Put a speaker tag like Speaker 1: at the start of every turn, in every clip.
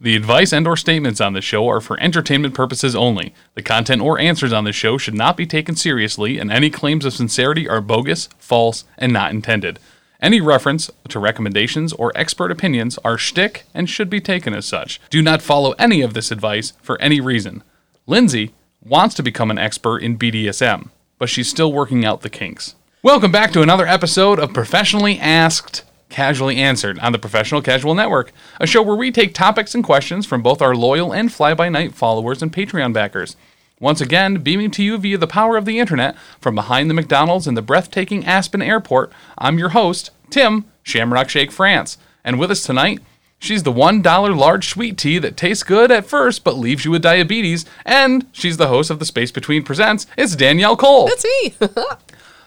Speaker 1: The advice and or statements on this show are for entertainment purposes only. The content or answers on this show should not be taken seriously and any claims of sincerity are bogus, false, and not intended. Any reference to recommendations or expert opinions are shtick and should be taken as such. Do not follow any of this advice for any reason. Lindsay wants to become an expert in BDSM, but she's still working out the kinks. Welcome back to another episode of Professionally Asked, Casually Answered on the Professional Casual Network, a show where we take topics and questions from both our loyal and fly by night followers and Patreon backers. Once again, beaming to you via the power of the internet from behind the McDonald's in the breathtaking Aspen Airport, I'm your host, Tim Shamrock Shake France. And with us tonight, she's the $1 large sweet tea that tastes good at first but leaves you with diabetes, and she's the host of The Space Between Presents. It's Danielle Cole.
Speaker 2: That's me.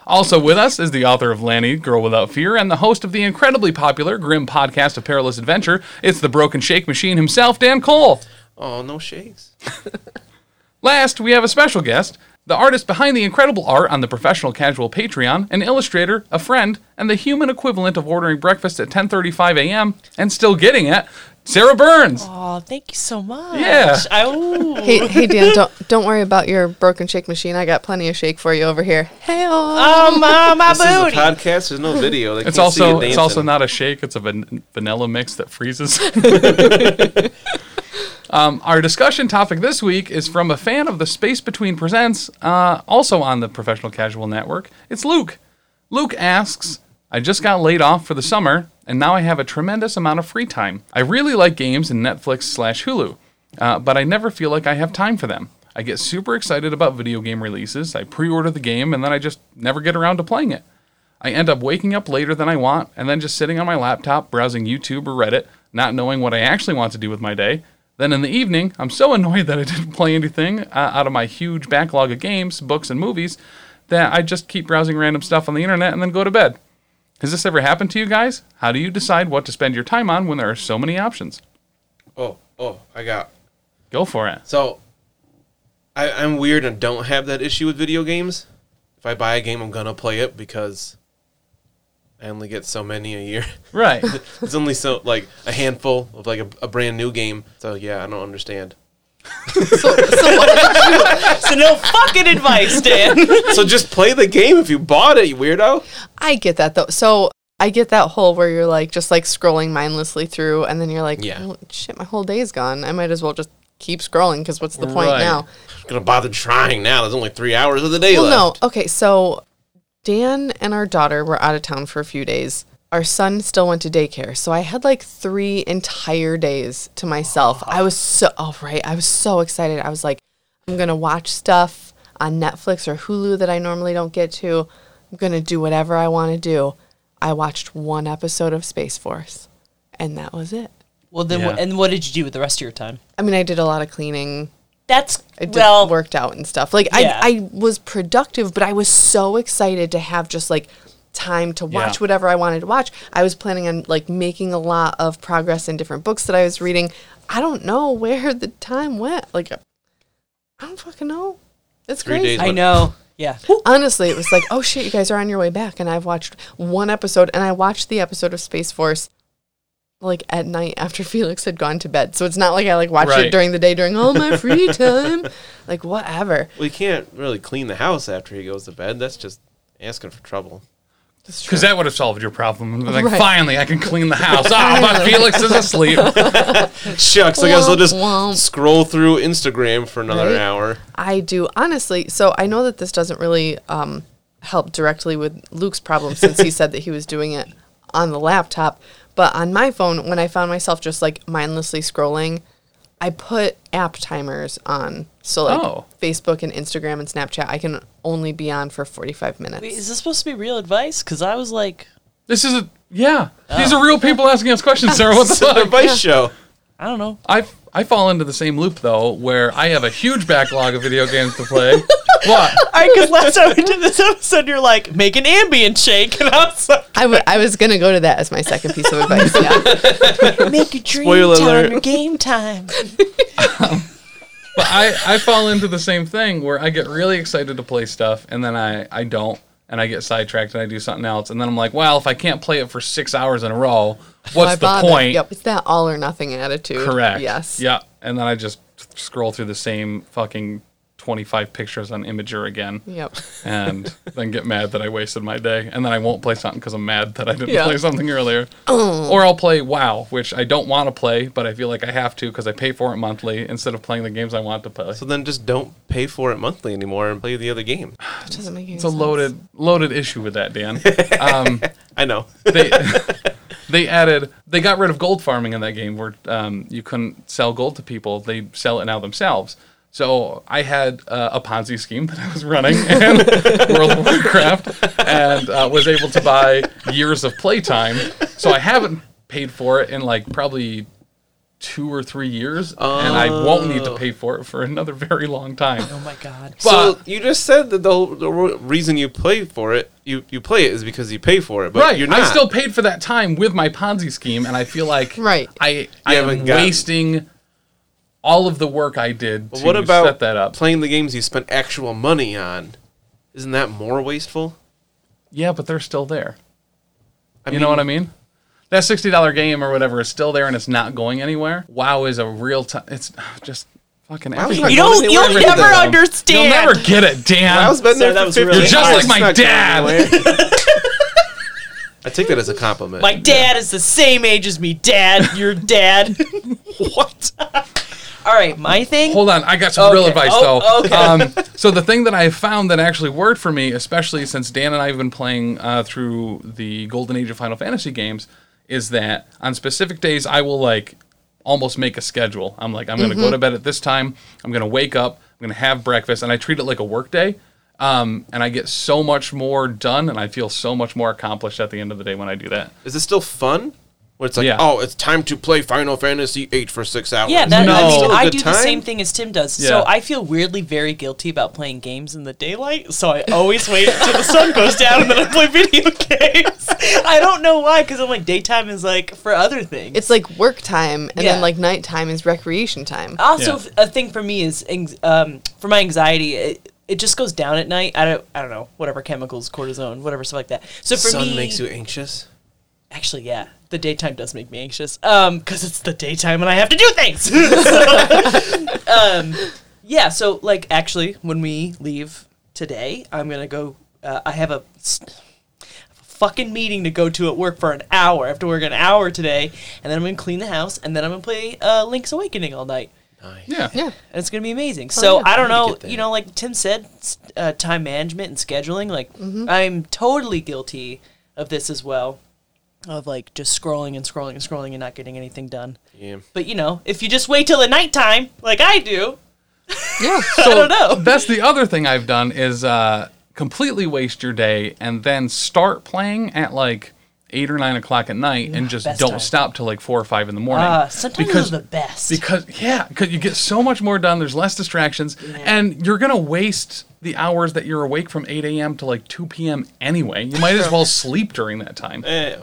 Speaker 1: Also with us is the author of Lanny, Girl Without Fear, and the host of the incredibly popular grim podcast of Perilous Adventure. It's the Broken Shake Machine himself, Dan Cole.
Speaker 3: Oh, no shakes.
Speaker 1: Last, we have a special guest, the artist behind the incredible art on the Professional Casual Patreon, an illustrator, a friend, and the human equivalent of ordering breakfast at 10:35 a.m. and still getting it, Sarah Burns.
Speaker 4: Oh, thank you so much.
Speaker 1: Yeah.
Speaker 4: I, ooh.
Speaker 2: hey, hey, Dan, don't don't worry about your broken shake machine. I got plenty of shake for you over here. Hey,
Speaker 4: Oh, my, my
Speaker 3: This is a
Speaker 4: booty.
Speaker 3: podcast. There's no video. They
Speaker 1: It's
Speaker 3: can't see you
Speaker 1: also it's
Speaker 3: dancing.
Speaker 1: also not a shake. It's a van- vanilla mix that freezes. um, our discussion topic this week is from a fan of the Space Between Presents, uh, also on the Professional Casual Network. It's Luke. Luke asks, "I just got laid off for the summer, and now I have a tremendous amount of free time. I really like games and Netflix slash Hulu, uh, but I never feel like I have time for them." I get super excited about video game releases. I pre order the game and then I just never get around to playing it. I end up waking up later than I want and then just sitting on my laptop browsing YouTube or Reddit, not knowing what I actually want to do with my day. Then in the evening, I'm so annoyed that I didn't play anything uh, out of my huge backlog of games, books, and movies that I just keep browsing random stuff on the internet and then go to bed. Has this ever happened to you guys? How do you decide what to spend your time on when there are so many options?
Speaker 3: Oh, oh, I got.
Speaker 1: Go for it.
Speaker 3: So, I, I'm weird and don't have that issue with video games. If I buy a game, I'm gonna play it because I only get so many a year.
Speaker 1: Right.
Speaker 3: It's only so like a handful of like a, a brand new game. So yeah, I don't understand.
Speaker 4: So no fucking advice, Dan.
Speaker 3: so just play the game if you bought it, you weirdo.
Speaker 2: I get that though. So I get that whole where you're like just like scrolling mindlessly through, and then you're like,
Speaker 3: Yeah.
Speaker 2: "Oh, shit, my whole day's gone. I might as well just keep scrolling because what's the point
Speaker 1: Right.
Speaker 2: now?
Speaker 3: gonna bother trying now. There's only three hours of the day
Speaker 2: Well,
Speaker 3: left.
Speaker 2: no. Okay, so Dan and our daughter were out of town for a few days. Our son still went to daycare, so I had like three entire days to myself. I was so oh right, I was so excited. I was like, I'm gonna watch stuff on Netflix or Hulu that I normally don't get to. I'm gonna do whatever I want to do. I watched one episode of Space Force, and that was it.
Speaker 4: Well, then, what
Speaker 1: Yeah.
Speaker 4: and what did you do with the rest of your time?
Speaker 2: I mean, I did a lot of cleaning.
Speaker 4: That's
Speaker 2: I did
Speaker 4: well,
Speaker 2: worked out and stuff. Like
Speaker 4: Yeah.
Speaker 2: I, I was productive, but I was so excited to have just like time to watch
Speaker 1: Yeah.
Speaker 2: whatever I wanted to watch. I was planning on like making a lot of progress in different books that I was reading. I don't know where the time went. Like I don't fucking know. It's
Speaker 3: Three
Speaker 2: crazy.
Speaker 3: days
Speaker 4: I know. Yeah.
Speaker 2: Honestly, it was like, oh shit, you guys are on your way back. And I've watched one episode, and I watched the episode of Space Force like at night after Felix had gone to bed. So it's not like I like watched
Speaker 1: Right.
Speaker 2: it during the day during all my free time. Like whatever.
Speaker 3: Well, you can't really clean the house after he goes to bed. That's just asking for trouble.
Speaker 1: Because that would have solved your problem. Like,
Speaker 2: Right.
Speaker 1: finally, I can clean the house. Ah, but Felix is asleep.
Speaker 3: Shucks, I guess I'll just
Speaker 2: Womp womp.
Speaker 3: scroll through Instagram for another
Speaker 2: Right?
Speaker 3: hour.
Speaker 2: I do honestly. So I know that this doesn't really um, help directly with Luke's problem since he said that he was doing it on the laptop. But on my phone, when I found myself just like mindlessly scrolling, I put app timers on. So like
Speaker 1: Oh.
Speaker 2: Facebook and Instagram and Snapchat, I can only be on for 45 minutes.
Speaker 4: Wait, is this supposed to be real advice? Because I was like,
Speaker 1: This is a yeah.
Speaker 2: Oh.
Speaker 1: These are real people asking us questions, Sarah. What the
Speaker 3: It's an
Speaker 1: fuck?
Speaker 3: advice show.
Speaker 4: I don't know.
Speaker 1: I I fall into the same loop though, where I have a huge backlog of video games to play. What?
Speaker 4: All right, because last time we did this episode, you're like, make an ambient shake, and I was like,
Speaker 2: I wa- I was going to go to that as my second piece of advice. Yeah.
Speaker 4: make your dream
Speaker 3: Spoiler
Speaker 4: time
Speaker 3: alert.
Speaker 4: your game time.
Speaker 1: But I I fall into the same thing where I get really excited to play stuff and then I I don't. and I get sidetracked and I do something else, and then I'm like, well, if I can't play it for six hours in a row, what's
Speaker 2: Why
Speaker 1: the
Speaker 2: bother?
Speaker 1: point?
Speaker 2: Yep, it's that all or nothing attitude.
Speaker 1: Correct.
Speaker 2: Yes.
Speaker 1: Yeah, and then I just scroll through the same fucking 25 pictures on Imager again.
Speaker 2: Yep.
Speaker 1: And then get mad that I wasted my day, and then I won't play something because I'm mad that I didn't
Speaker 2: Yeah.
Speaker 1: play something earlier. Or I'll play WoW, which I don't want to play, but I feel like I have to because I pay for it monthly instead of playing the games I want to play.
Speaker 3: So then just don't pay for it monthly anymore and play the other game.
Speaker 2: That doesn't make any
Speaker 1: It's a loaded loaded issue with that, Dan. Um,
Speaker 3: I know.
Speaker 1: they they added they got rid of gold farming in that game where um, you couldn't sell gold to people they sell it now themselves so i had uh, a ponzi scheme that i was running in world of warcraft and uh, was able to buy years of playtime so i haven't paid for it in like probably two or three years and i won't need to pay for it for another very long time
Speaker 4: Oh my god.
Speaker 3: so you just said that the, whole, the whole reason you play for it, you, you play it is because you pay for it, but
Speaker 1: right
Speaker 3: you're not.
Speaker 1: i still paid for that time with my ponzi scheme and i feel like
Speaker 2: Right.
Speaker 1: i, I
Speaker 3: You
Speaker 1: am
Speaker 3: haven't gotten-
Speaker 1: wasting all of the work i did to
Speaker 3: what about
Speaker 1: set that up
Speaker 3: playing the games you spent actual money on? Isn't that more wasteful?
Speaker 1: yeah but they're still there
Speaker 3: I
Speaker 1: you know what i mean that $60 game or whatever is still there and it's not going anywhere wow is a real time it's just fucking
Speaker 3: Wow's
Speaker 1: everything.
Speaker 3: not
Speaker 4: You
Speaker 3: Well,
Speaker 4: don't.
Speaker 3: they
Speaker 4: You'll
Speaker 3: weren't
Speaker 1: Everything.
Speaker 4: never
Speaker 3: though.
Speaker 4: understand.
Speaker 1: you'll never get it dan
Speaker 3: I was been
Speaker 4: So
Speaker 3: there
Speaker 4: that
Speaker 3: for
Speaker 4: was
Speaker 3: 15
Speaker 4: really
Speaker 1: You're just
Speaker 3: years.
Speaker 1: like my
Speaker 3: It's not going
Speaker 1: dad.
Speaker 3: anywhere. I take that as a compliment.
Speaker 4: My dad is the same age as me. Dad, your dad. what? All right, my thing.
Speaker 1: Hold on, I got some
Speaker 4: Okay.
Speaker 1: real advice
Speaker 4: Oh,
Speaker 1: though.
Speaker 4: okay.
Speaker 1: Um, so the thing that I found that actually worked for me, especially since Dan and I have been playing uh, through the Golden Age of Final Fantasy games, is that on specific days I will like almost make a schedule. I'm like, I'm going to go to bed at this time. I'm going to wake up. I'm going to have breakfast, and I treat it like a work day. Um, and I get so much more done, and I feel so much more accomplished at the end of the day when I do that.
Speaker 3: Is this still fun? Where it's like,
Speaker 1: Yeah.
Speaker 3: oh, it's time to play Final Fantasy VIII for six hours.
Speaker 4: Yeah, that,
Speaker 1: No.
Speaker 4: I, mean,
Speaker 1: Still
Speaker 3: a
Speaker 4: I
Speaker 3: good
Speaker 4: do the
Speaker 3: time?
Speaker 4: same thing as Tim does.
Speaker 1: Yeah.
Speaker 4: So I feel weirdly very guilty about playing games in the daylight. So I always wait until the sun goes down and then I play video games. I don't know why, because I'm like daytime is like for other things.
Speaker 2: It's like work time, and
Speaker 4: Yeah. Oh.
Speaker 2: then like nighttime is recreation time.
Speaker 4: also
Speaker 1: Yeah.
Speaker 4: a thing for me is anx- um, for my anxiety. It, it just goes down at night. I don't. I don't know. Whatever chemicals, cortisone, whatever stuff like that. So for
Speaker 3: Sun
Speaker 4: me,
Speaker 3: makes you anxious.
Speaker 4: actually, yeah, the daytime does make me anxious. Um, because it's the daytime and I have to do things. So, um, yeah. So like, actually, when we leave today, I'm gonna go. Uh, I have a s- fucking meeting to go to at work for an hour. I have to work an hour today, and then I'm gonna clean the house, and then I'm gonna play uh, Link's Awakening all night
Speaker 3: Nice.
Speaker 1: Yeah.
Speaker 2: Yeah.
Speaker 4: and it's going to be amazing. so
Speaker 2: yeah,
Speaker 4: I
Speaker 3: I need to
Speaker 4: don't know,
Speaker 3: get that.
Speaker 4: you know, like Tim said, s- uh, time management and scheduling. Like I'm totally guilty of this as well, of like just scrolling and scrolling and scrolling and not getting anything done.
Speaker 3: Yeah.
Speaker 4: But you know, if you just wait till the nighttime, like I do,
Speaker 2: Yeah.
Speaker 4: I don't know.
Speaker 1: That's the other thing I've done is uh, completely waste your day and then start playing at like eight or nine o'clock at night and just
Speaker 4: best
Speaker 1: don't
Speaker 4: time.
Speaker 1: stop till like four or five in the morning.
Speaker 4: Uh, sometimes
Speaker 1: because
Speaker 4: those are the best.
Speaker 1: because yeah, because you get so much more done. There's less distractions, and you're gonna waste the hours that you're awake from eight a.m. to like two p.m. anyway. You might as well sleep during that time.
Speaker 3: Eh,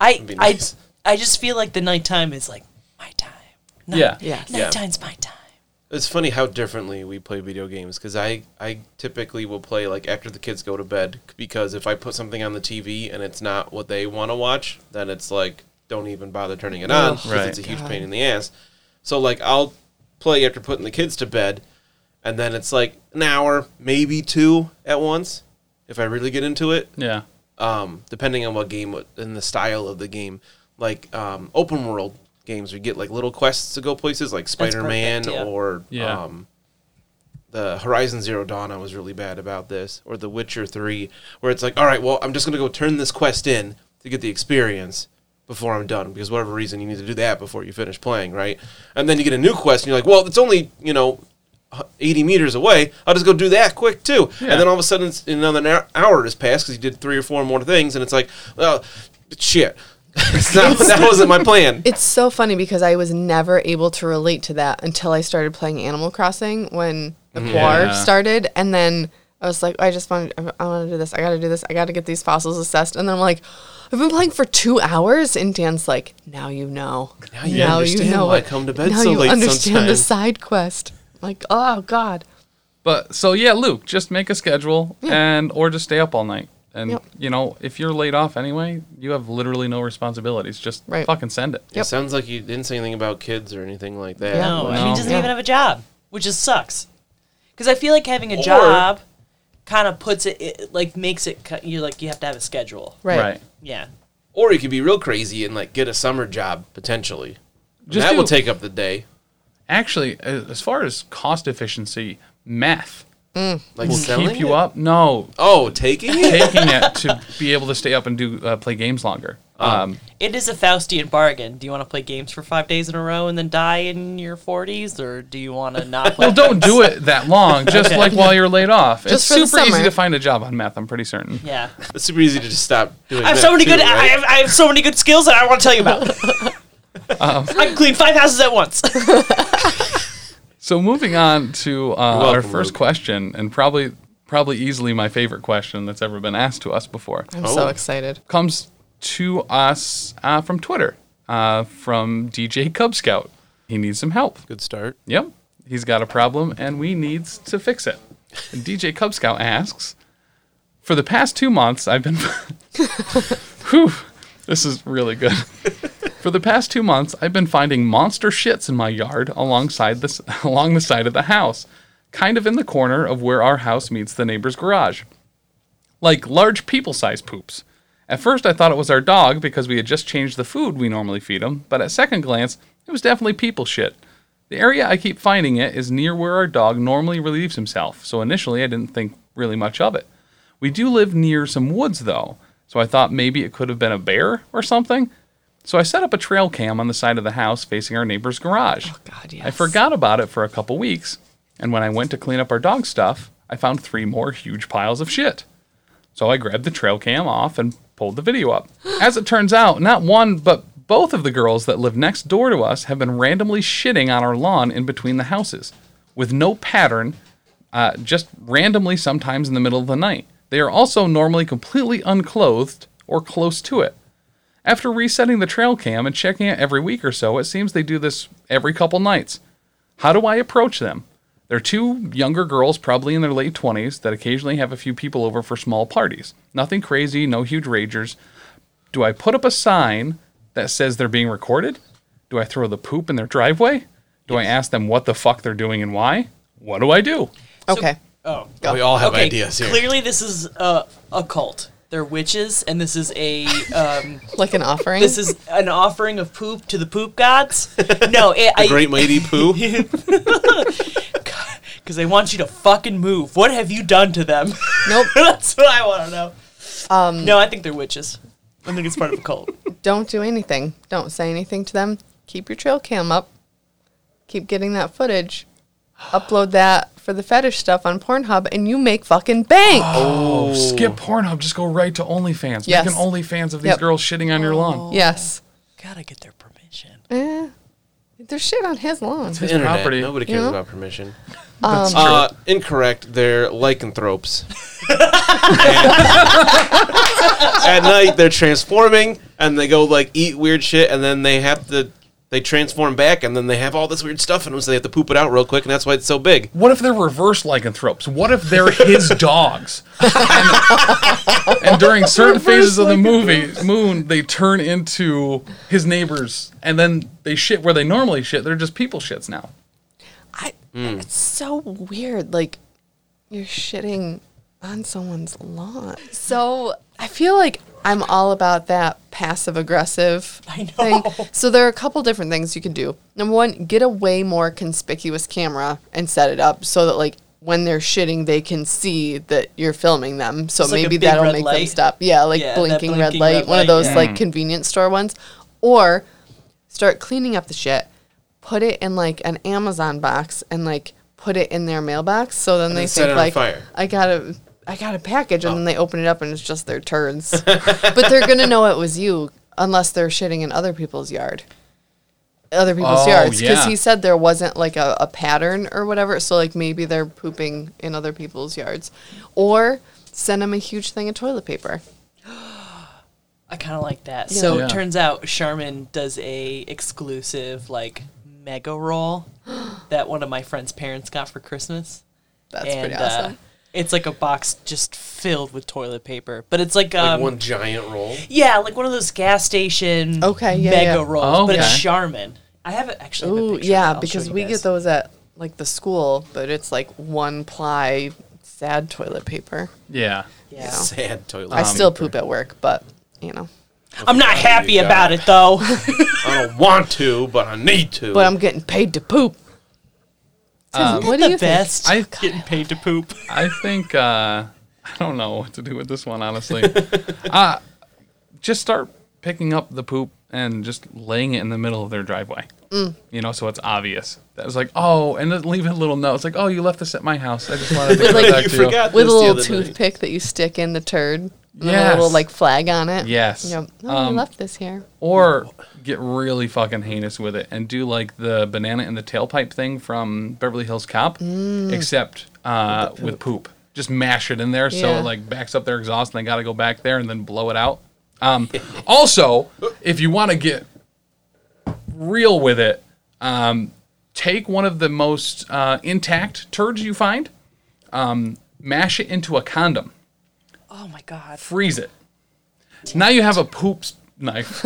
Speaker 4: I,
Speaker 3: be nice.
Speaker 4: I, I just feel like the nighttime is like my time. Night,
Speaker 1: Yeah.
Speaker 2: Yeah. Yeah.
Speaker 4: Nighttime's my time.
Speaker 3: It's funny how differently we play video games because I, I typically will play like after the kids go to bed because if I put something on the TV and it's not what they want to watch, then it's like don't even bother turning it on
Speaker 2: Ugh.
Speaker 3: 'cause
Speaker 1: Right.
Speaker 3: it's a huge pain in the ass. So like I'll play after putting the kids to bed, and then it's like an hour, maybe two at once, if I really get into it.
Speaker 1: Yeah,
Speaker 3: um, depending on what game and the style of the game. Like um, open world games, we get like little quests to go places, like Spider Man
Speaker 4: perfect, yeah.
Speaker 3: or
Speaker 1: Yeah.
Speaker 3: um, the Horizon Zero Dawn. I was really bad about this, or The Witcher Three, where it's like, all right, well, I'm just gonna go turn this quest in to get the experience before I'm done, because whatever reason you need to do that before you finish playing, right? And then you get a new quest, and you're like, well, it's only you know. 80 meters away, I'll just go do that quick too.
Speaker 1: Yeah.
Speaker 3: And then all of a sudden, it's, another hour- hour has passed because he did three or four more things, and it's like, well, shit. It's not- that wasn't my plan.
Speaker 2: It's so funny because I was never able to relate to that until I started playing Animal Crossing when the
Speaker 3: Mm-hmm.
Speaker 2: war
Speaker 1: Yeah.
Speaker 2: started, and then I was like, I just want, I want to do this. I got to do this. I got to get these fossils assessed, and then I'm like, I've been playing for two hours, and Dan's like, now you know, now
Speaker 3: you understand why I come to bed
Speaker 2: now
Speaker 3: so
Speaker 2: you
Speaker 3: late
Speaker 2: understand the
Speaker 3: sometimes."
Speaker 2: side quest. I'm like, oh God,
Speaker 1: But so yeah, Luke, just make a schedule and or just stay up all night. And
Speaker 2: Yep.
Speaker 1: you know, if you're laid off anyway, you have literally no responsibilities. Just
Speaker 2: Right.
Speaker 1: fucking send it.
Speaker 2: Yep.
Speaker 3: It sounds like you didn't say anything about kids or anything like that.
Speaker 2: Yeah.
Speaker 4: No,
Speaker 3: Like,
Speaker 4: and
Speaker 1: Oh, No.
Speaker 4: he doesn't
Speaker 2: Yeah.
Speaker 4: even have a job, which just sucks. Because I feel like having a
Speaker 3: Or-
Speaker 4: job kind of puts it, it, like makes it. cut- You're like you have to have a schedule.
Speaker 2: Right.
Speaker 4: Yeah.
Speaker 3: Or you could be real crazy and like get a summer job potentially. And
Speaker 1: Just
Speaker 3: that will
Speaker 1: do-
Speaker 3: take up the day.
Speaker 1: Actually, a- as far as cost efficiency, math
Speaker 3: Like
Speaker 1: will
Speaker 3: selling
Speaker 1: keep you
Speaker 3: it?
Speaker 1: up. No,
Speaker 3: Oh, taking it.
Speaker 1: taking it to be able to stay up and do uh, play games longer.
Speaker 3: Ah.
Speaker 1: Um,
Speaker 4: It is a Faustian bargain. Do you want to play games for five days in a row and then die in your 40s, or do you want to not play?
Speaker 1: well, don't do it that long. Just like while you're laid off,
Speaker 2: Just for the
Speaker 1: it's super easy
Speaker 2: summer.
Speaker 1: to find a job on math. I'm pretty certain.
Speaker 4: Yeah.
Speaker 3: It's super easy to just stop doing.
Speaker 4: I have
Speaker 3: that
Speaker 4: so many
Speaker 3: too,
Speaker 4: good.
Speaker 3: right?
Speaker 4: I, have, I have so many good skills that I want to tell you about.
Speaker 3: Um,
Speaker 4: I can clean five houses at once.
Speaker 1: So moving on to uh, our
Speaker 3: welcome,
Speaker 1: first
Speaker 3: Luke.
Speaker 1: question, and probably probably easily my favorite question that's ever been asked to us before,
Speaker 2: I'm so
Speaker 3: Oh.
Speaker 2: excited.
Speaker 1: comes to us uh, from Twitter uh, from DJ Cub Scout. He needs some help.
Speaker 3: good start.
Speaker 1: Yep. He's got a problem and we needs to fix it. And DJ Cub Scout asks, For the past two months, I've been. Whew, this is really good. For the past two months, I've been finding monster shits in my yard alongside this, along the side of the house, kind of in the corner of where our house meets the neighbor's garage. Like large people sized poops. At first, I thought it was our dog because we had just changed the food we normally feed him, but at second glance, it was definitely people shit. The area I keep finding it is near where our dog normally relieves himself, so initially I didn't think really much of it. We do live near some woods though, so I thought maybe it could have been a bear or something. So I set up a trail cam on the side of the house facing our neighbor's garage.
Speaker 2: God,
Speaker 1: I
Speaker 2: yes.
Speaker 1: forgot about it for a couple weeks, and when I went to clean up our dog stuff, I found three more huge piles of shit. So I grabbed the trail cam off and pulled the video up. As it turns out, not one, but both of the girls that live next door to us have been randomly shitting on our lawn in between the houses with no pattern, uh, just randomly sometimes in the middle of the night. They are also normally completely unclothed or close to it. After resetting the trail cam and checking it every week or so, it seems they do this every couple nights. How do I approach them? They're two younger girls, probably in their late 20s, that occasionally have a few people over for small parties. Nothing crazy, no huge ragers. Do I put up a sign that says they're being recorded? Do I throw the poop in their driveway? Do I ask them what the fuck they're doing and why? What do I do?
Speaker 2: Okay.
Speaker 4: Oh.
Speaker 3: We all have
Speaker 4: okay,
Speaker 3: ideas here.
Speaker 4: Clearly, this is a, a cult. They're witches, and this is a um,
Speaker 2: Like an offering.
Speaker 4: this is an offering of poop to the poop gods. No, it, I
Speaker 3: Great lady poo.
Speaker 4: because they want you to fucking move. What have you done to them?
Speaker 2: nope.
Speaker 4: That's what I want to know. Um, no, I think they're witches. I think it's part of a cult.
Speaker 2: Don't do anything. Don't say anything to them. Keep your trail cam up. Keep getting that footage. Upload that for the fetish stuff on Pornhub, and you make fucking bank.
Speaker 1: Oh, skip Pornhub. Just go right to OnlyFans.
Speaker 2: Yes.
Speaker 1: Make an OnlyFans of these
Speaker 2: Yep. Oh.
Speaker 1: girls shitting on your lawn.
Speaker 2: Yes.
Speaker 4: Gotta get their permission.
Speaker 2: Eh, there's shit on his lawn.
Speaker 1: His
Speaker 3: Internet.
Speaker 1: property.
Speaker 3: Nobody cares
Speaker 2: Yeah.
Speaker 3: about permission.
Speaker 2: Um,
Speaker 3: uh, incorrect. They're lycanthropes. at night, they're transforming, and they go like eat weird shit, and then they have to they transform back, and then they have all this weird stuff in them, so they have to poop it out real quick, and that's why it's so big.
Speaker 1: What if they're reverse lycanthropes? What if they're his dogs? And, and during certain phases of the movie, Moon, they turn into his neighbors, and then they shit where they normally shit. They're just people shits now.
Speaker 2: I, It's so weird. Like, you're shitting on someone's lawn. So I feel like I'm all about that passive aggressive
Speaker 4: I
Speaker 2: thing.
Speaker 4: know.
Speaker 2: So there are a couple different things you can do. Number one, get a way more conspicuous camera and set it up so that, like, when they're shitting, they can see that you're filming them. So
Speaker 4: Just like a
Speaker 2: maybe
Speaker 4: big
Speaker 2: that'll
Speaker 4: red
Speaker 2: make them
Speaker 4: light.
Speaker 2: stop. Yeah, like
Speaker 4: Yeah, that
Speaker 2: blinking, red
Speaker 4: blinking
Speaker 2: light,
Speaker 4: red
Speaker 2: one of
Speaker 4: light,
Speaker 2: those
Speaker 4: yeah.
Speaker 2: like convenience store ones, or start cleaning up the shit, put it in like an Amazon box and like put it in their mailbox. So then they
Speaker 3: then set it
Speaker 2: think
Speaker 3: on
Speaker 2: like
Speaker 3: fire. Oh.
Speaker 2: I got a I got a package, and then they open it up and it's just their turds. but they're gonna know it was you unless they're shitting in other people's yard. Other people's
Speaker 1: Oh,
Speaker 2: yards because
Speaker 1: yeah.
Speaker 2: he said there wasn't like a, a pattern or whatever. So like maybe they're pooping in other people's yards, or send them a huge thing of toilet paper.
Speaker 4: I kind of like that. So
Speaker 1: Yeah.
Speaker 4: it turns out Charmin does a exclusive like mega roll that one of my friend's parents got for Christmas,
Speaker 2: That's
Speaker 4: and
Speaker 2: pretty
Speaker 4: uh,
Speaker 2: awesome.
Speaker 4: it's like a box just filled with toilet paper, but it's like
Speaker 3: Like
Speaker 4: um,
Speaker 3: one giant roll.
Speaker 4: yeah, like one of those gas station
Speaker 2: Okay, yeah,
Speaker 4: mega
Speaker 2: yeah.
Speaker 4: rolls,
Speaker 1: Oh,
Speaker 4: but it's
Speaker 1: okay.
Speaker 4: Charmin. I have it actually. I have
Speaker 2: Ooh,
Speaker 4: a picture of it.
Speaker 2: yeah,
Speaker 4: I'll
Speaker 2: because
Speaker 4: show you
Speaker 2: we
Speaker 4: guys.
Speaker 2: get those at like the school, but it's like one ply sad toilet paper.
Speaker 1: Yeah.
Speaker 4: Yeah.
Speaker 3: Sad toilet.
Speaker 4: Um,
Speaker 2: I still poop at work, but you know.
Speaker 4: I'm not happy about it though.
Speaker 3: I don't want to, but I need to.
Speaker 2: But I'm getting paid to poop. what do
Speaker 4: Um, the
Speaker 2: you
Speaker 4: best.
Speaker 1: I-
Speaker 4: getting paid to poop.
Speaker 1: I think uh, I don't know what to do with this one, honestly. uh, just start picking up the poop and just laying it in the middle of their driveway.
Speaker 3: Mm.
Speaker 1: You know, so it's obvious. That was like, oh, and then leave a little note. It's like, oh, you left this at my house. I just wanted to give
Speaker 2: like-
Speaker 1: it back
Speaker 3: you
Speaker 1: to you.
Speaker 3: forgot
Speaker 2: think? With a
Speaker 3: this the
Speaker 2: little
Speaker 3: other night.
Speaker 2: toothpick that you stick in the turd. and then A
Speaker 1: Yes.
Speaker 2: little like flag on it.
Speaker 1: Yes.
Speaker 4: Um,
Speaker 2: Yep. Oh, I left this here.
Speaker 1: Or get really fucking heinous with it and do like the banana in the tailpipe thing from Beverly Hills Cop, except uh, Mm. with poop. Just mash it in there so
Speaker 2: Yeah.
Speaker 1: it like backs up their exhaust and they got to go back there and then blow it out. Um, also, if you want to get real with it, um, take one of the most uh, intact turds you find, um, mash it into a condom,
Speaker 4: Oh my god.
Speaker 1: freeze it. Now you have a poop s- knife,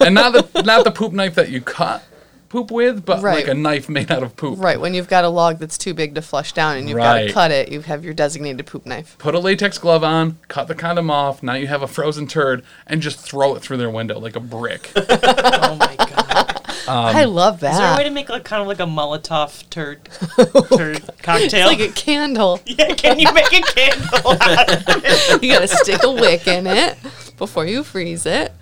Speaker 1: and not the not the poop knife that you cut poop with, but
Speaker 2: Right.
Speaker 1: like a knife made out of poop.
Speaker 2: Right, when you've got a log that's too big to flush down and you've got
Speaker 1: Right.
Speaker 2: to cut it, you have your designated poop knife.
Speaker 1: Put a latex glove on, cut the condom off. Now you have a frozen turd, and just throw it through their window like a brick.
Speaker 4: Oh my god.
Speaker 2: I love that. Oh,
Speaker 4: Um, Is there a way to make like kind of like a Molotov turd turd cocktail?
Speaker 2: like a candle.
Speaker 4: yeah, can you make a candle?
Speaker 2: you got to stick a wick in it before you freeze it.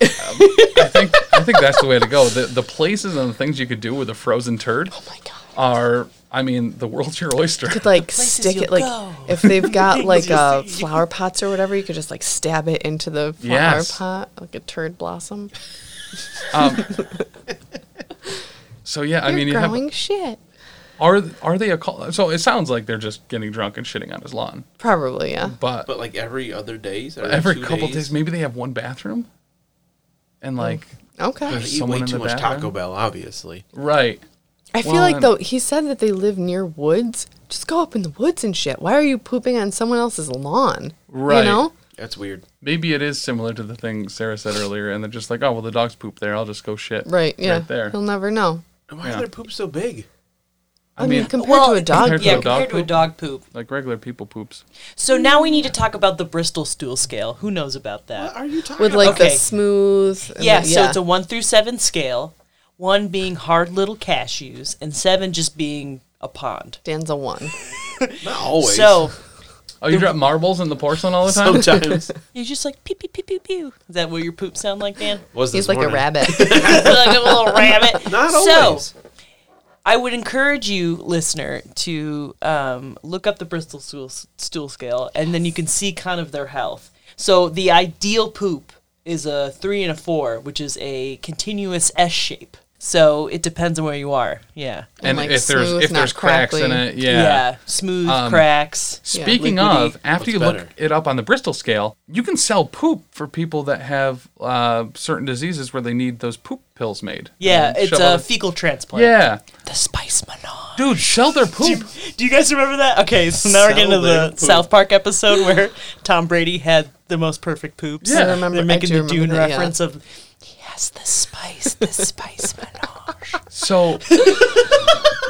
Speaker 1: I think I think that's the way to go. The the places and the things you could do with a frozen turd
Speaker 2: Oh my god.
Speaker 1: are, I mean, the world's your oyster.
Speaker 2: could like
Speaker 4: places
Speaker 2: stick
Speaker 4: you'll
Speaker 2: it like
Speaker 4: go.
Speaker 2: if they've got like
Speaker 4: you
Speaker 2: uh,
Speaker 4: see.
Speaker 2: flower pots or whatever, you could just like stab it into the flower
Speaker 1: Yes.
Speaker 2: pot like a turd blossom.
Speaker 1: So yeah, I
Speaker 2: You're
Speaker 1: mean, you have
Speaker 2: growing shit.
Speaker 1: are are they a call? So it sounds like they're just getting drunk and shitting on his lawn,
Speaker 2: Probably yeah.
Speaker 1: but
Speaker 3: but like every other days, every,
Speaker 1: every
Speaker 3: two
Speaker 1: couple days. maybe they have one bathroom,
Speaker 2: Hmm.
Speaker 1: and like
Speaker 3: I
Speaker 2: Okay.
Speaker 1: There's
Speaker 3: eat
Speaker 1: someone
Speaker 3: way
Speaker 1: in
Speaker 3: too
Speaker 1: the
Speaker 3: much
Speaker 1: bathroom.
Speaker 3: Taco Bell, obviously.
Speaker 1: right,
Speaker 2: I feel
Speaker 1: Well, um,
Speaker 2: like
Speaker 1: then-
Speaker 2: though he said that they live near woods. Just go up in the woods and shit. Why are you pooping on someone else's lawn?
Speaker 1: Right.
Speaker 2: You know.
Speaker 3: That's weird.
Speaker 1: maybe it is similar to the thing Sarah said earlier, and they're just like, oh well, the dog's poop there. I'll just go shit.
Speaker 2: Right. Yeah.
Speaker 1: right there.
Speaker 2: He'll never know.
Speaker 3: And Why
Speaker 1: Yeah.
Speaker 3: are their poops so big?
Speaker 2: I, mean, compared to a
Speaker 1: compared to
Speaker 2: dog.
Speaker 4: yeah,
Speaker 1: a
Speaker 2: poop-
Speaker 1: dog
Speaker 4: compared to a
Speaker 1: poop?
Speaker 4: dog poop.
Speaker 1: Like regular people poops.
Speaker 4: So now we need to talk about the Bristol stool scale. Who knows about that?
Speaker 3: What are you talking
Speaker 2: With like the
Speaker 4: Okay.
Speaker 2: smooth. and
Speaker 4: yeah,
Speaker 2: the-
Speaker 4: so it's a one through seven scale, one being hard little cashews, and seven just being a pond.
Speaker 2: stanza one.
Speaker 3: about? Not always.
Speaker 4: So
Speaker 1: Oh, you drop marbles in the porcelain all the time.
Speaker 3: sometimes
Speaker 4: you're just like pew pew pew pew pew. Is that what your poop sound like, Dan?
Speaker 3: was this
Speaker 2: He's like a
Speaker 3: morning.
Speaker 2: rabbit.
Speaker 4: like a little rabbit.
Speaker 3: Not always.
Speaker 4: So I would encourage you, listener, to um, look up the Bristol stool, stool scale, and then you can see kind of their health. So the ideal poop is a three and a four, which is a continuous S shape. So it depends on where you are. Yeah.
Speaker 1: and
Speaker 2: like,
Speaker 1: if there's
Speaker 2: smooth,
Speaker 1: if
Speaker 2: not
Speaker 1: there's cracks in
Speaker 2: crackly.
Speaker 1: it, yeah. Um,
Speaker 4: Smooth cracks.
Speaker 1: Speaking
Speaker 4: Liquidy.
Speaker 1: of, after
Speaker 3: What's
Speaker 1: you
Speaker 3: better?
Speaker 1: look it up on the Bristol scale, you can sell poop for people that have uh, certain diseases where they need those poop pills made.
Speaker 4: Yeah,
Speaker 1: And
Speaker 4: it's
Speaker 1: shove
Speaker 4: a
Speaker 1: all the-
Speaker 4: fecal transplant.
Speaker 1: yeah,
Speaker 4: The spice menon.
Speaker 1: dude, sell their poop.
Speaker 4: Do you guys remember that? Okay, so now we're getting to
Speaker 3: Sell their
Speaker 4: the
Speaker 3: poop.
Speaker 4: South Park episode where Tom Brady had the most perfect poops.
Speaker 1: Yeah. I
Speaker 2: remember-
Speaker 4: They're
Speaker 2: I
Speaker 4: making
Speaker 2: do
Speaker 4: the
Speaker 2: remember
Speaker 4: Dune
Speaker 2: that, yeah.
Speaker 4: reference of he has the spice, the spice menage.
Speaker 1: So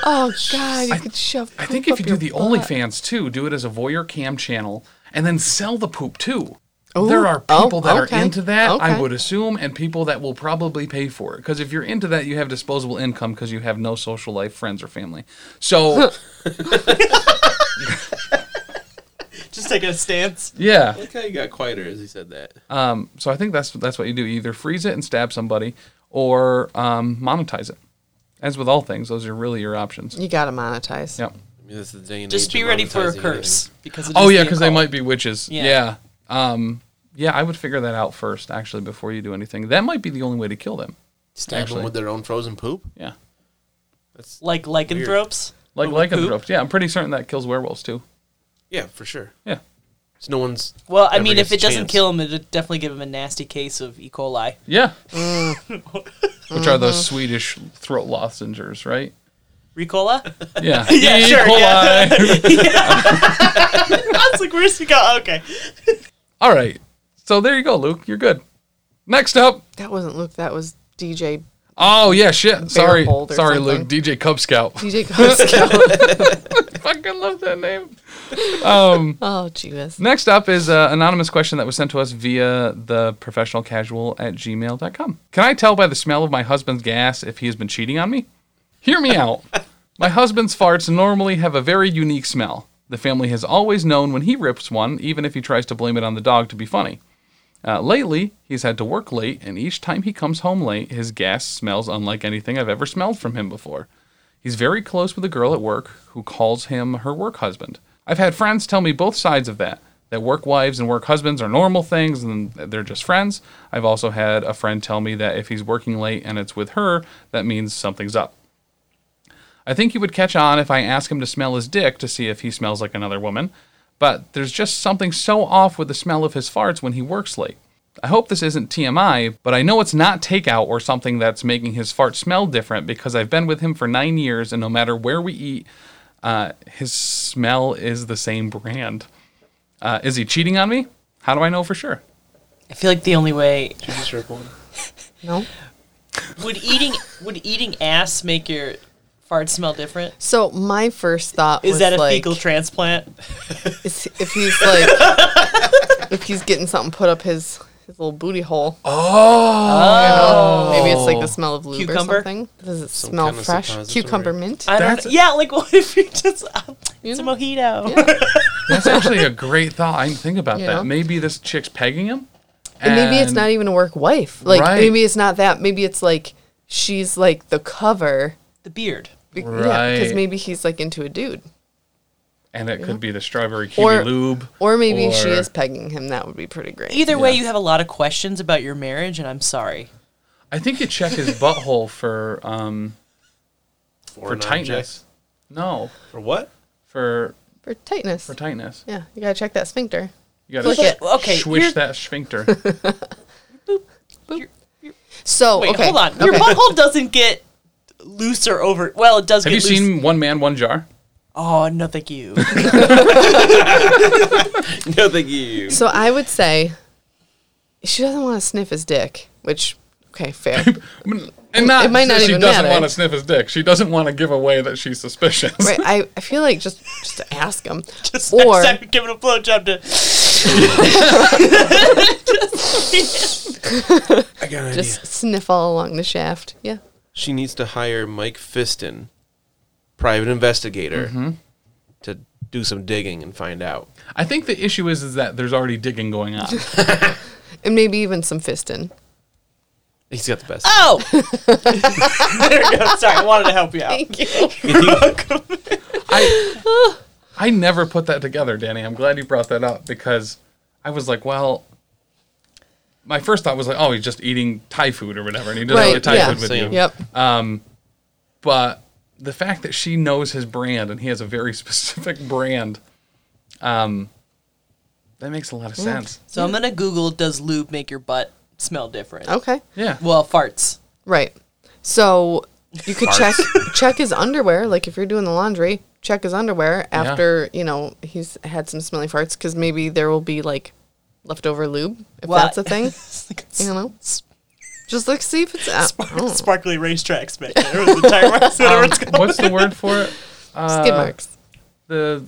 Speaker 2: Oh God, you could shove.
Speaker 1: I think if you do the OnlyFans too, do it as a voyeur cam channel, and then sell the poop too. there are
Speaker 2: oh,
Speaker 1: people that
Speaker 2: okay,
Speaker 1: are into that, I
Speaker 2: okay.
Speaker 1: would assume, and people that will probably pay for it. Because if you're into that, you have disposable income because you have no social life, friends, or family. So,
Speaker 4: Just taking a stance.
Speaker 1: yeah.
Speaker 3: Look how you got quieter as he said that.
Speaker 1: Um, so I think that's that's what you do. You either freeze it and stab somebody, or um, monetize it. As with all things, those are really your options.
Speaker 2: You gotta monetize.
Speaker 1: Yep.
Speaker 3: I mean, this is the day and
Speaker 4: Just
Speaker 3: age
Speaker 4: be
Speaker 3: of
Speaker 4: ready for a
Speaker 3: monetizing
Speaker 4: curse. Because it
Speaker 1: Oh
Speaker 4: is
Speaker 1: yeah,
Speaker 4: the
Speaker 1: because they
Speaker 4: occult.
Speaker 1: might be witches. Yeah.
Speaker 4: Yeah.
Speaker 1: Yeah. Um, yeah, I would figure that out first, actually, before you do anything. That might be the only way to kill them.
Speaker 3: everything. Stab
Speaker 1: Actually.
Speaker 3: them with their own frozen poop.
Speaker 1: Yeah.
Speaker 3: That's
Speaker 4: like lycanthropes.
Speaker 1: Like
Speaker 4: But with poop?
Speaker 1: lycanthropes. Yeah, I'm pretty certain that kills werewolves too.
Speaker 3: yeah, for sure.
Speaker 1: Yeah.
Speaker 3: So no one's.
Speaker 4: Well, I
Speaker 3: ever
Speaker 4: mean,
Speaker 3: gets
Speaker 4: if
Speaker 3: a
Speaker 4: it doesn't
Speaker 3: chance.
Speaker 4: kill him, it'd definitely give him a nasty case of E. coli.
Speaker 1: Yeah. Which are those Swedish throat lozenges, right?
Speaker 4: Ricola?
Speaker 1: Yeah.
Speaker 4: Yeah,
Speaker 1: E.
Speaker 4: sure, yeah.
Speaker 1: coli.
Speaker 4: I was like, where's he go? Okay.
Speaker 1: All right. So there you go, Luke. You're good. Next up,
Speaker 2: That wasn't Luke. That was DJ.
Speaker 1: Oh yeah, shit. Sorry,
Speaker 2: hold or
Speaker 1: sorry,
Speaker 2: something.
Speaker 1: Luke. DJ Cub Scout.
Speaker 2: DJ Costco.
Speaker 1: Fucking love that name.
Speaker 2: oh, Jesus.
Speaker 1: Next up is an anonymous question that was sent to us via the professional casual at gmail.com. Can I tell by the smell of my husband's gas if he has been cheating on me? Hear me out. My husband's farts normally have a very unique smell. The family has always known when he rips one, even if he tries to blame it on the dog to be funny. Uh, lately, he's had to work late, and each time he comes home late, his gas smells unlike anything I've ever smelled from him before. He's very close with a girl at work who calls him her work husband. I've had friends tell me both sides of that that work wives and work husbands are normal things and they're just friends. I've also had a friend tell me that if he's working late and it's with her, that means something's up. I think he would catch on if I ask him to smell his dick to see if he smells like another woman, but there's just something so off with the smell of his farts when he works late. I hope this isn't TMI, but I know it's not takeout or something that's making his fart smell different because I've been with him for nine years and no matter where we eat, uh, his smell is the same brand. Uh, is he cheating on me? How do I know for sure?
Speaker 4: I feel like the only way
Speaker 3: Just rip one.
Speaker 2: No.
Speaker 4: would eating would eating ass make your fart smell different?
Speaker 2: So my first thought
Speaker 4: Is
Speaker 2: was
Speaker 4: that a
Speaker 2: like,
Speaker 4: fecal transplant?
Speaker 2: is- if he's like, if he's getting something put up his his little booty hole. Oh. Maybe it's like the smell of lube
Speaker 4: Cucumber?
Speaker 2: or something. Does it smell
Speaker 3: kind of
Speaker 2: fresh?
Speaker 3: suppository.
Speaker 2: Cucumber mint.
Speaker 4: I don't
Speaker 1: That's-
Speaker 4: know. Yeah, like what if you just uh, it's a
Speaker 2: know.
Speaker 4: mojito?
Speaker 1: That's actually a great thought. I didn't think about
Speaker 2: You
Speaker 1: that.
Speaker 2: know?
Speaker 1: Maybe this chick's pegging him.
Speaker 2: And maybe it's not even a work wife. Like
Speaker 1: Right.
Speaker 2: maybe it's not that. Maybe it's like she's like the cover.
Speaker 4: The beard.
Speaker 2: Be- Yeah, because
Speaker 1: Right.
Speaker 2: maybe he's like into a dude.
Speaker 1: And it could be the strawberry kiwi
Speaker 2: Or-
Speaker 1: lube.
Speaker 2: Or maybe she
Speaker 1: Or-
Speaker 2: is pegging him. That would be pretty great.
Speaker 4: Either way,
Speaker 1: Yeah.
Speaker 4: you have a lot of questions about your marriage, and I'm sorry.
Speaker 1: I think you check his butthole for um for
Speaker 3: Foreign
Speaker 1: tightness.
Speaker 3: objects.
Speaker 1: No,
Speaker 3: For what?
Speaker 1: for
Speaker 2: For tightness.
Speaker 1: for tightness.
Speaker 2: yeah, you gotta check that sphincter.
Speaker 1: You gotta
Speaker 2: Click
Speaker 1: sh-
Speaker 2: it.
Speaker 4: Okay,
Speaker 1: swish
Speaker 4: you're-
Speaker 1: that sphincter.
Speaker 2: So
Speaker 4: Wait,
Speaker 2: okay.
Speaker 4: hold on. Your butthole doesn't get loose or over. Well, it does
Speaker 1: Have
Speaker 4: get
Speaker 1: you
Speaker 4: loose.
Speaker 1: seen One Man One Jar?
Speaker 4: oh no, thank you.
Speaker 3: No, thank you.
Speaker 2: So I would say she doesn't want to sniff his dick, which okay, fair.
Speaker 1: And not,
Speaker 2: It might not
Speaker 1: she
Speaker 2: even
Speaker 1: doesn't
Speaker 2: matter.
Speaker 1: want to sniff his dick. She doesn't want to give away that she's suspicious.
Speaker 2: right? I, I feel like just just ask him,
Speaker 4: Just
Speaker 2: or
Speaker 4: next time you're giving a blowjob to
Speaker 3: I got an idea.
Speaker 2: just sniff all along the shaft. Yeah,
Speaker 3: She needs to hire Mike Fiston, private investigator,
Speaker 4: Mm-hmm.
Speaker 3: to do some digging and find out.
Speaker 1: I think the issue is is that there's already digging going on.
Speaker 2: and maybe even some fisting.
Speaker 3: He's got the best.
Speaker 4: Oh! there you go. Sorry, I wanted to help you out.
Speaker 1: I I never put that together, Danny. I'm glad you brought that up because I was like, well, my first thought was like, oh, he's just eating Thai food or whatever, and he doesn't
Speaker 2: Right,
Speaker 1: have Thai
Speaker 2: yeah.
Speaker 1: food with
Speaker 3: Same.
Speaker 1: you.
Speaker 2: Yep.
Speaker 1: But the fact that she knows his brand and he has a very specific brand, um, that makes a lot of sense.
Speaker 4: So I'm gonna Google does lube make your butt smell different?
Speaker 2: okay.
Speaker 1: Yeah.
Speaker 4: Well, farts.
Speaker 2: Right. So you could check check his underwear. Like if you're doing the laundry, check his underwear after you know he's had some smelly farts because maybe there will be like leftover lube if
Speaker 4: What?
Speaker 2: that's a thing.
Speaker 4: It's like Oh.
Speaker 2: You know, just like see if it's out. I don't know.
Speaker 4: Sparkly racetracks back there. The tire marks, whatever it's called.
Speaker 1: What's the word for it?
Speaker 2: skid
Speaker 1: Uh,
Speaker 2: marks.
Speaker 1: The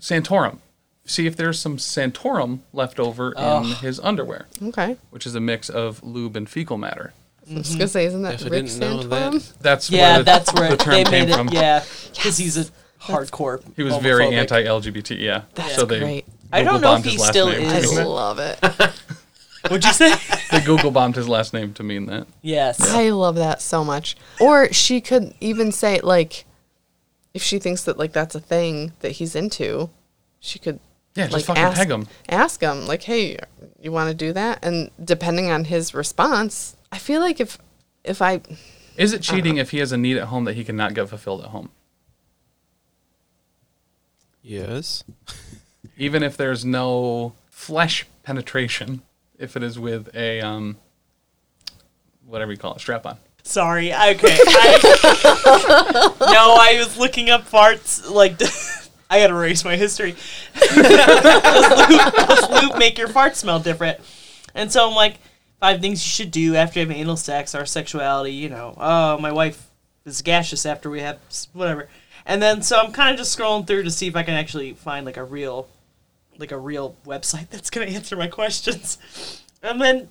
Speaker 1: Santorum. See if there's some Santorum left over in his underwear,
Speaker 2: Okay.
Speaker 1: which is a mix of lube and fecal matter.
Speaker 2: I
Speaker 1: mm-hmm.
Speaker 2: was gonna say, isn't that
Speaker 3: If I
Speaker 2: Rick
Speaker 3: didn't know that-
Speaker 2: Santorum?
Speaker 1: That's
Speaker 4: Yeah,
Speaker 1: where the,
Speaker 4: that's where
Speaker 1: the term
Speaker 4: they
Speaker 1: came
Speaker 4: made it.
Speaker 1: from.
Speaker 4: Yeah, because he's a hardcore.
Speaker 1: He was very
Speaker 4: homophobic.
Speaker 1: anti-LGBT. Yeah,
Speaker 2: That's
Speaker 1: so they
Speaker 2: great.
Speaker 4: I don't
Speaker 1: Google
Speaker 4: know
Speaker 1: bombed his
Speaker 4: if he
Speaker 1: last
Speaker 4: still
Speaker 1: name to
Speaker 2: I
Speaker 4: is.
Speaker 1: mean that.
Speaker 2: love it.
Speaker 4: Would you say?
Speaker 1: They Google bombed his last name to mean that.
Speaker 4: yes.
Speaker 2: I love that so much. Or she could even say like, if she thinks that like that's a thing that he's into, she could
Speaker 1: Yeah, just
Speaker 2: like
Speaker 1: fucking
Speaker 2: ask,
Speaker 1: peg him.
Speaker 2: ask him like, hey, you want to do that? And depending on his response, I feel like if if I
Speaker 1: Is it cheating
Speaker 4: Uh-huh.
Speaker 1: if he has a need at home that he cannot get fulfilled at home?
Speaker 3: Yes.
Speaker 1: Even if there's no flesh penetration, if it is with a um, whatever you call it, strap on.
Speaker 4: Sorry. Okay. I, no, I was looking up farts. Like, I gotta erase my history. does, lube, does lube make your fart smell different? And so I'm like, five things you should do after having anal sex, our sexuality, you know. Oh, my wife is gaseous after we have s- whatever. And then so I'm kind of just scrolling through to see if I can actually find like a real, like a real website that's gonna answer my questions. And then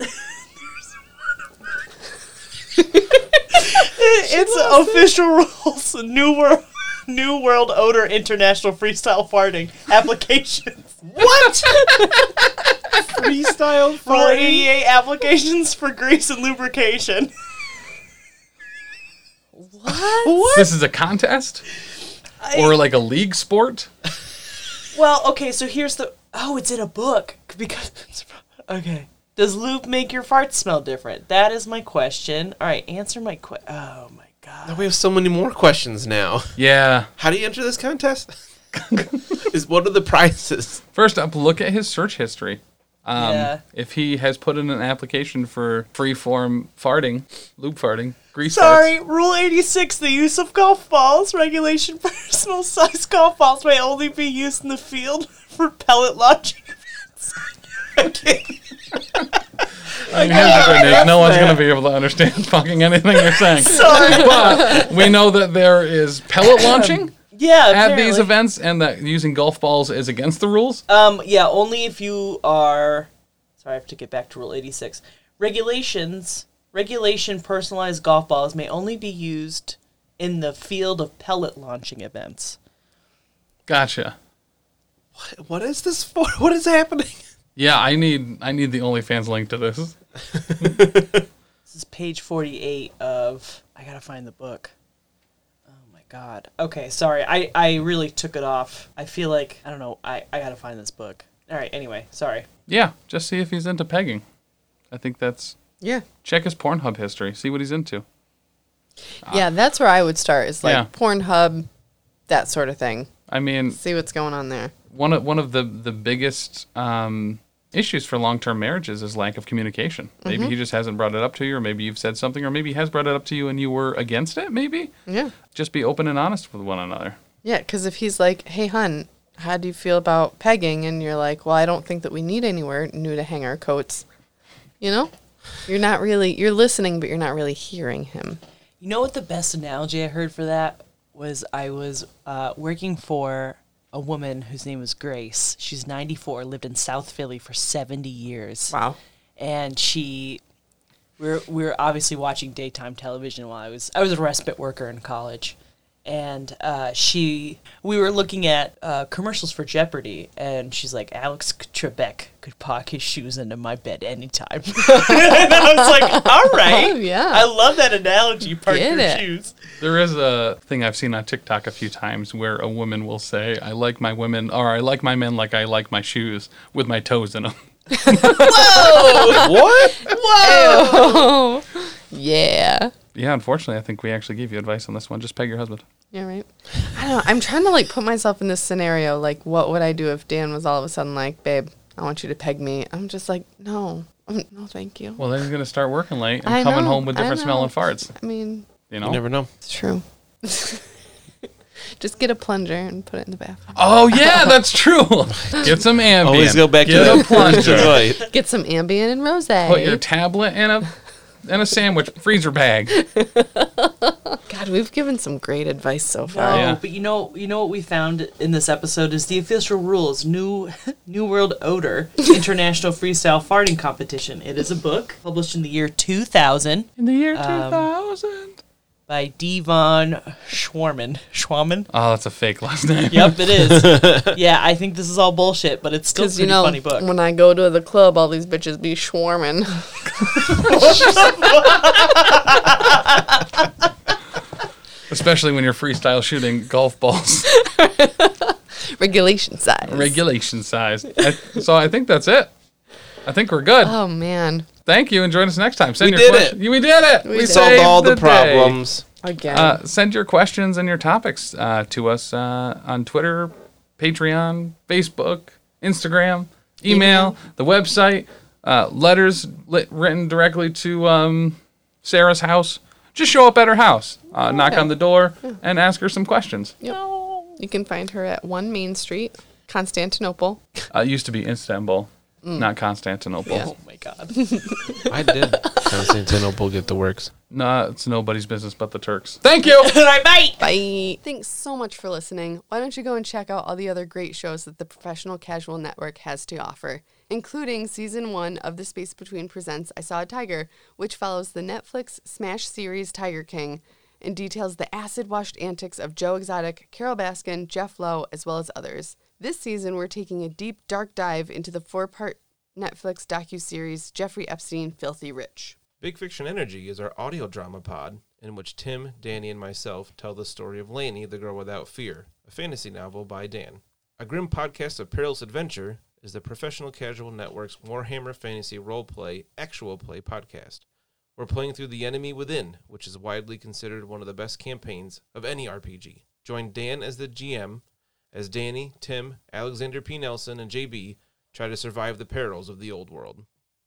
Speaker 4: it's official rules new world new world odor international freestyle farting applications
Speaker 3: What? Freestyle
Speaker 4: rule
Speaker 3: farting.
Speaker 4: 88 E applications for grease and lubrication
Speaker 1: This is a contest or like a league sport.
Speaker 4: well okay so here's the oh it's in a book because okay does lube make your farts smell different that is my question all right answer my question oh my god
Speaker 3: We have so many more questions now.
Speaker 1: Yeah.
Speaker 3: How do you enter this contest? Is what are the prizes?
Speaker 1: First up, look at his search history. Um,
Speaker 4: Yeah.
Speaker 1: If he has put in an application for free form farting, loop farting, grease farts.
Speaker 4: Sorry, Rule 86 the use of golf balls. Regulation personal size golf balls may only be used in the field for pellet launching events. okay.
Speaker 1: I mean, here's the good news. No one's going to be able to understand fucking anything you're saying.
Speaker 4: Sorry.
Speaker 1: But we know that there is pellet launching
Speaker 4: Yeah,
Speaker 1: at these
Speaker 4: apparently.
Speaker 1: events and that using golf balls is against the rules.
Speaker 4: Um, yeah, only if you are. Sorry, I have to get back to Rule 86. Regulations. Regulation personalized golf balls may only be used in the field of pellet launching events.
Speaker 1: Gotcha.
Speaker 3: What is this for? What is happening?
Speaker 1: Yeah, I need I need the OnlyFans link to this.
Speaker 4: This is page 48 of. I gotta find the book. Oh my god. Okay, sorry. I, I really took it off. I feel like. I don't know. I, I gotta find this book. Alright, anyway, sorry.
Speaker 1: Yeah, just see if he's into pegging. I think that's
Speaker 2: Yeah.
Speaker 1: check his Pornhub history. See what he's into.
Speaker 2: Yeah, that's where I would start. Is like
Speaker 1: Ah. Yeah.
Speaker 2: Pornhub, that sort of thing.
Speaker 1: I mean,
Speaker 2: See what's going on there.
Speaker 1: one of one of the the biggest um, issues for long term marriages is lack of communication. Maybe he just hasn't brought it up to you, or maybe you've said something, or maybe he has brought it up to you and you were against it. Maybe
Speaker 2: Yeah.
Speaker 1: just be open and honest with one another.
Speaker 2: Yeah, because if he's like, "Hey, hun, how do you feel about pegging?" and you're like, "Well, I don't think that we need anywhere new to hang our coats," you know, you're not really you're listening, but you're not really hearing him.
Speaker 4: You know what the best analogy I heard for that was? I was uh, working for a woman whose name was Grace. She's 94, lived in South Philly for 70 years.
Speaker 2: Wow.
Speaker 4: And she, we're we're obviously watching daytime television while I was I was a respite worker in college, and uh, she we were looking at uh, commercials for Jeopardy, and she's like Alex Trebek could park his shoes into my bed anytime, and I was like, all right,
Speaker 2: Oh, yeah.
Speaker 4: I love that analogy. Park
Speaker 2: Get
Speaker 4: your
Speaker 2: it.
Speaker 4: shoes.
Speaker 1: There is a thing I've seen on TikTok a few times where a woman will say, "I like my women," or "I like my men like I like my shoes with my toes in them."
Speaker 3: Oh, What?
Speaker 2: Yeah.
Speaker 1: Yeah, unfortunately, I think we actually gave you advice on this one. Just peg your husband.
Speaker 2: Yeah. Right. I don't know. I'm trying to like put myself in this scenario. Like, what would I do if Dan was all of a sudden like, "Babe, I want you to peg me"? I'm just like, "No, Mm, no, thank you."
Speaker 1: Well, then he's gonna start working late and
Speaker 2: I
Speaker 1: coming
Speaker 2: know,
Speaker 1: home with
Speaker 2: I
Speaker 1: different
Speaker 2: know.
Speaker 1: smelling farts.
Speaker 2: I mean,
Speaker 1: You
Speaker 3: You
Speaker 1: know.
Speaker 3: never know.
Speaker 2: it's true. just get a plunger and put it in the bathroom.
Speaker 1: Oh yeah, that's true. Get some Ambien.
Speaker 3: Always Oh, go back
Speaker 1: Get
Speaker 3: to
Speaker 1: a plunger.
Speaker 3: Right.
Speaker 2: Get some Ambien and Rose.
Speaker 1: Put your tablet in a in a sandwich freezer bag.
Speaker 2: God, we've given some great advice so
Speaker 4: No,
Speaker 2: far.
Speaker 1: Yeah.
Speaker 4: Oh, but you know, you know what we found in this episode is the official rules: new, new world odor international freestyle farting competition. It is a book published in the year 2000
Speaker 1: In the year
Speaker 3: Um,
Speaker 1: two thousand.
Speaker 4: by Devon Schwarman. Schwarman.
Speaker 1: Oh, that's a fake last name.
Speaker 4: Yep, it is. yeah, I think this is all bullshit, but it's still a
Speaker 2: Because
Speaker 4: pretty
Speaker 2: you know,
Speaker 4: funny book.
Speaker 2: when I go to the club, all these bitches be swarming.
Speaker 1: Especially when you're freestyle shooting golf balls,
Speaker 2: Regulation size.
Speaker 1: regulation size. I- so I think that's it. I think we're good.
Speaker 2: oh man,
Speaker 1: Thank you, and join us next time. Send
Speaker 3: We
Speaker 1: your
Speaker 3: did
Speaker 1: question- We did it. We,
Speaker 2: did it.
Speaker 1: saved
Speaker 3: Solved all the
Speaker 1: day.
Speaker 3: problems.
Speaker 2: again.
Speaker 1: Uh, send your questions and your topics uh, to us uh, on Twitter, Patreon, Facebook, Instagram, email, the website, uh, letters lit, written directly to um, Sarah's house. just show up at her house, uh, knock on the door, and ask her some questions.
Speaker 2: Yep. You can find her at 1 Main Street, Constantinople.
Speaker 1: Uh, it used to be Istanbul, not Constantinople.
Speaker 2: Yeah.
Speaker 4: Oh my god.
Speaker 3: I did. Constantinople get the works.
Speaker 1: Nah, it's nobody's business but the Turks. Thank you.
Speaker 4: All right, bye.
Speaker 2: Bye. Thanks so much for listening. Why don't you go and check out all the other great shows that the Professional Casual Network has to offer, including season one of The Space Between Presents I Saw a Tiger, which follows the Netflix smash series Tiger King and details the acid washed antics of Joe Exotic, Carol Baskin, Jeff Lowe, as well as others. This season, we're taking a deep, dark dive into the four part Netflix docuseries Jeffrey Epstein Filthy Rich.
Speaker 3: Big Fiction Energy is our audio drama pod in which Tim, Danny, and myself tell the story of Lainey, the Girl Without Fear, a fantasy novel by Dan. A grim podcast of perilous adventure is the Professional Casual Network's Warhammer Fantasy Roleplay Actual Play podcast. We're playing through The Enemy Within, which is widely considered one of the best campaigns of any RPG. Join Dan as the GM as Danny, Tim, Alexander P. Nelson, and JB try to survive the perils of the old world.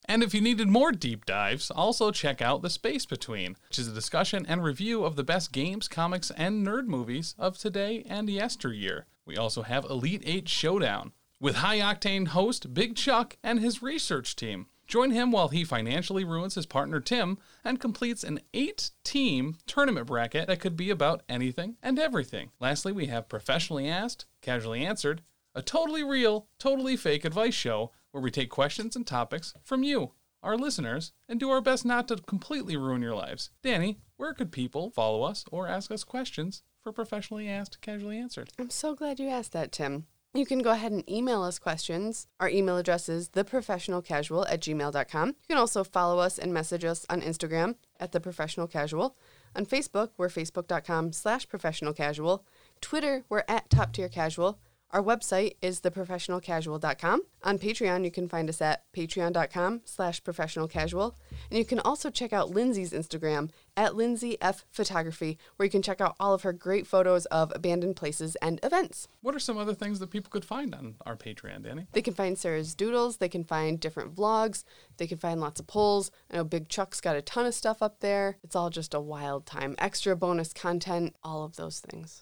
Speaker 1: And if you needed more deep dives, also check out The Space Between, which is a discussion and review of the best games, comics, and nerd movies of today and yesteryear. We also have Elite 8 Showdown with high octane host Big Chuck and his research team. Join him while he financially ruins his partner Tim and completes an eight team tournament bracket that could be about anything and everything. Lastly, we have Professionally Asked, Casually Answered, a totally real, totally fake advice show where we take questions and topics from you, our listeners, and do our best not to completely ruin your lives. Danny, where could people follow us or ask us questions for professionally asked, casually answered?
Speaker 2: I'm so glad you asked that, Tim. You can go ahead and email us questions. Our email address is theprofessionalcasual at gmail.com. You can also follow us and message us on Instagram at theprofessionalcasual. On Facebook, we're facebook.com slash professionalcasual. Twitter, we're at top tier casual. Our website is theprofessionalcasual.com. On Patreon, you can find us at patreon.com slash professionalcasual. And you can also check out Lindsay's Instagram at Lindsay F Photography, where you can check out all of her great photos of abandoned places and events.
Speaker 1: What are some other things that people could find on our Patreon, Danny?
Speaker 2: They can find Sarah's doodles. They can find different vlogs. They can find lots of polls. I know Big Chuck's got a ton of stuff up there. It's all just a wild time. Extra bonus content, all of those things.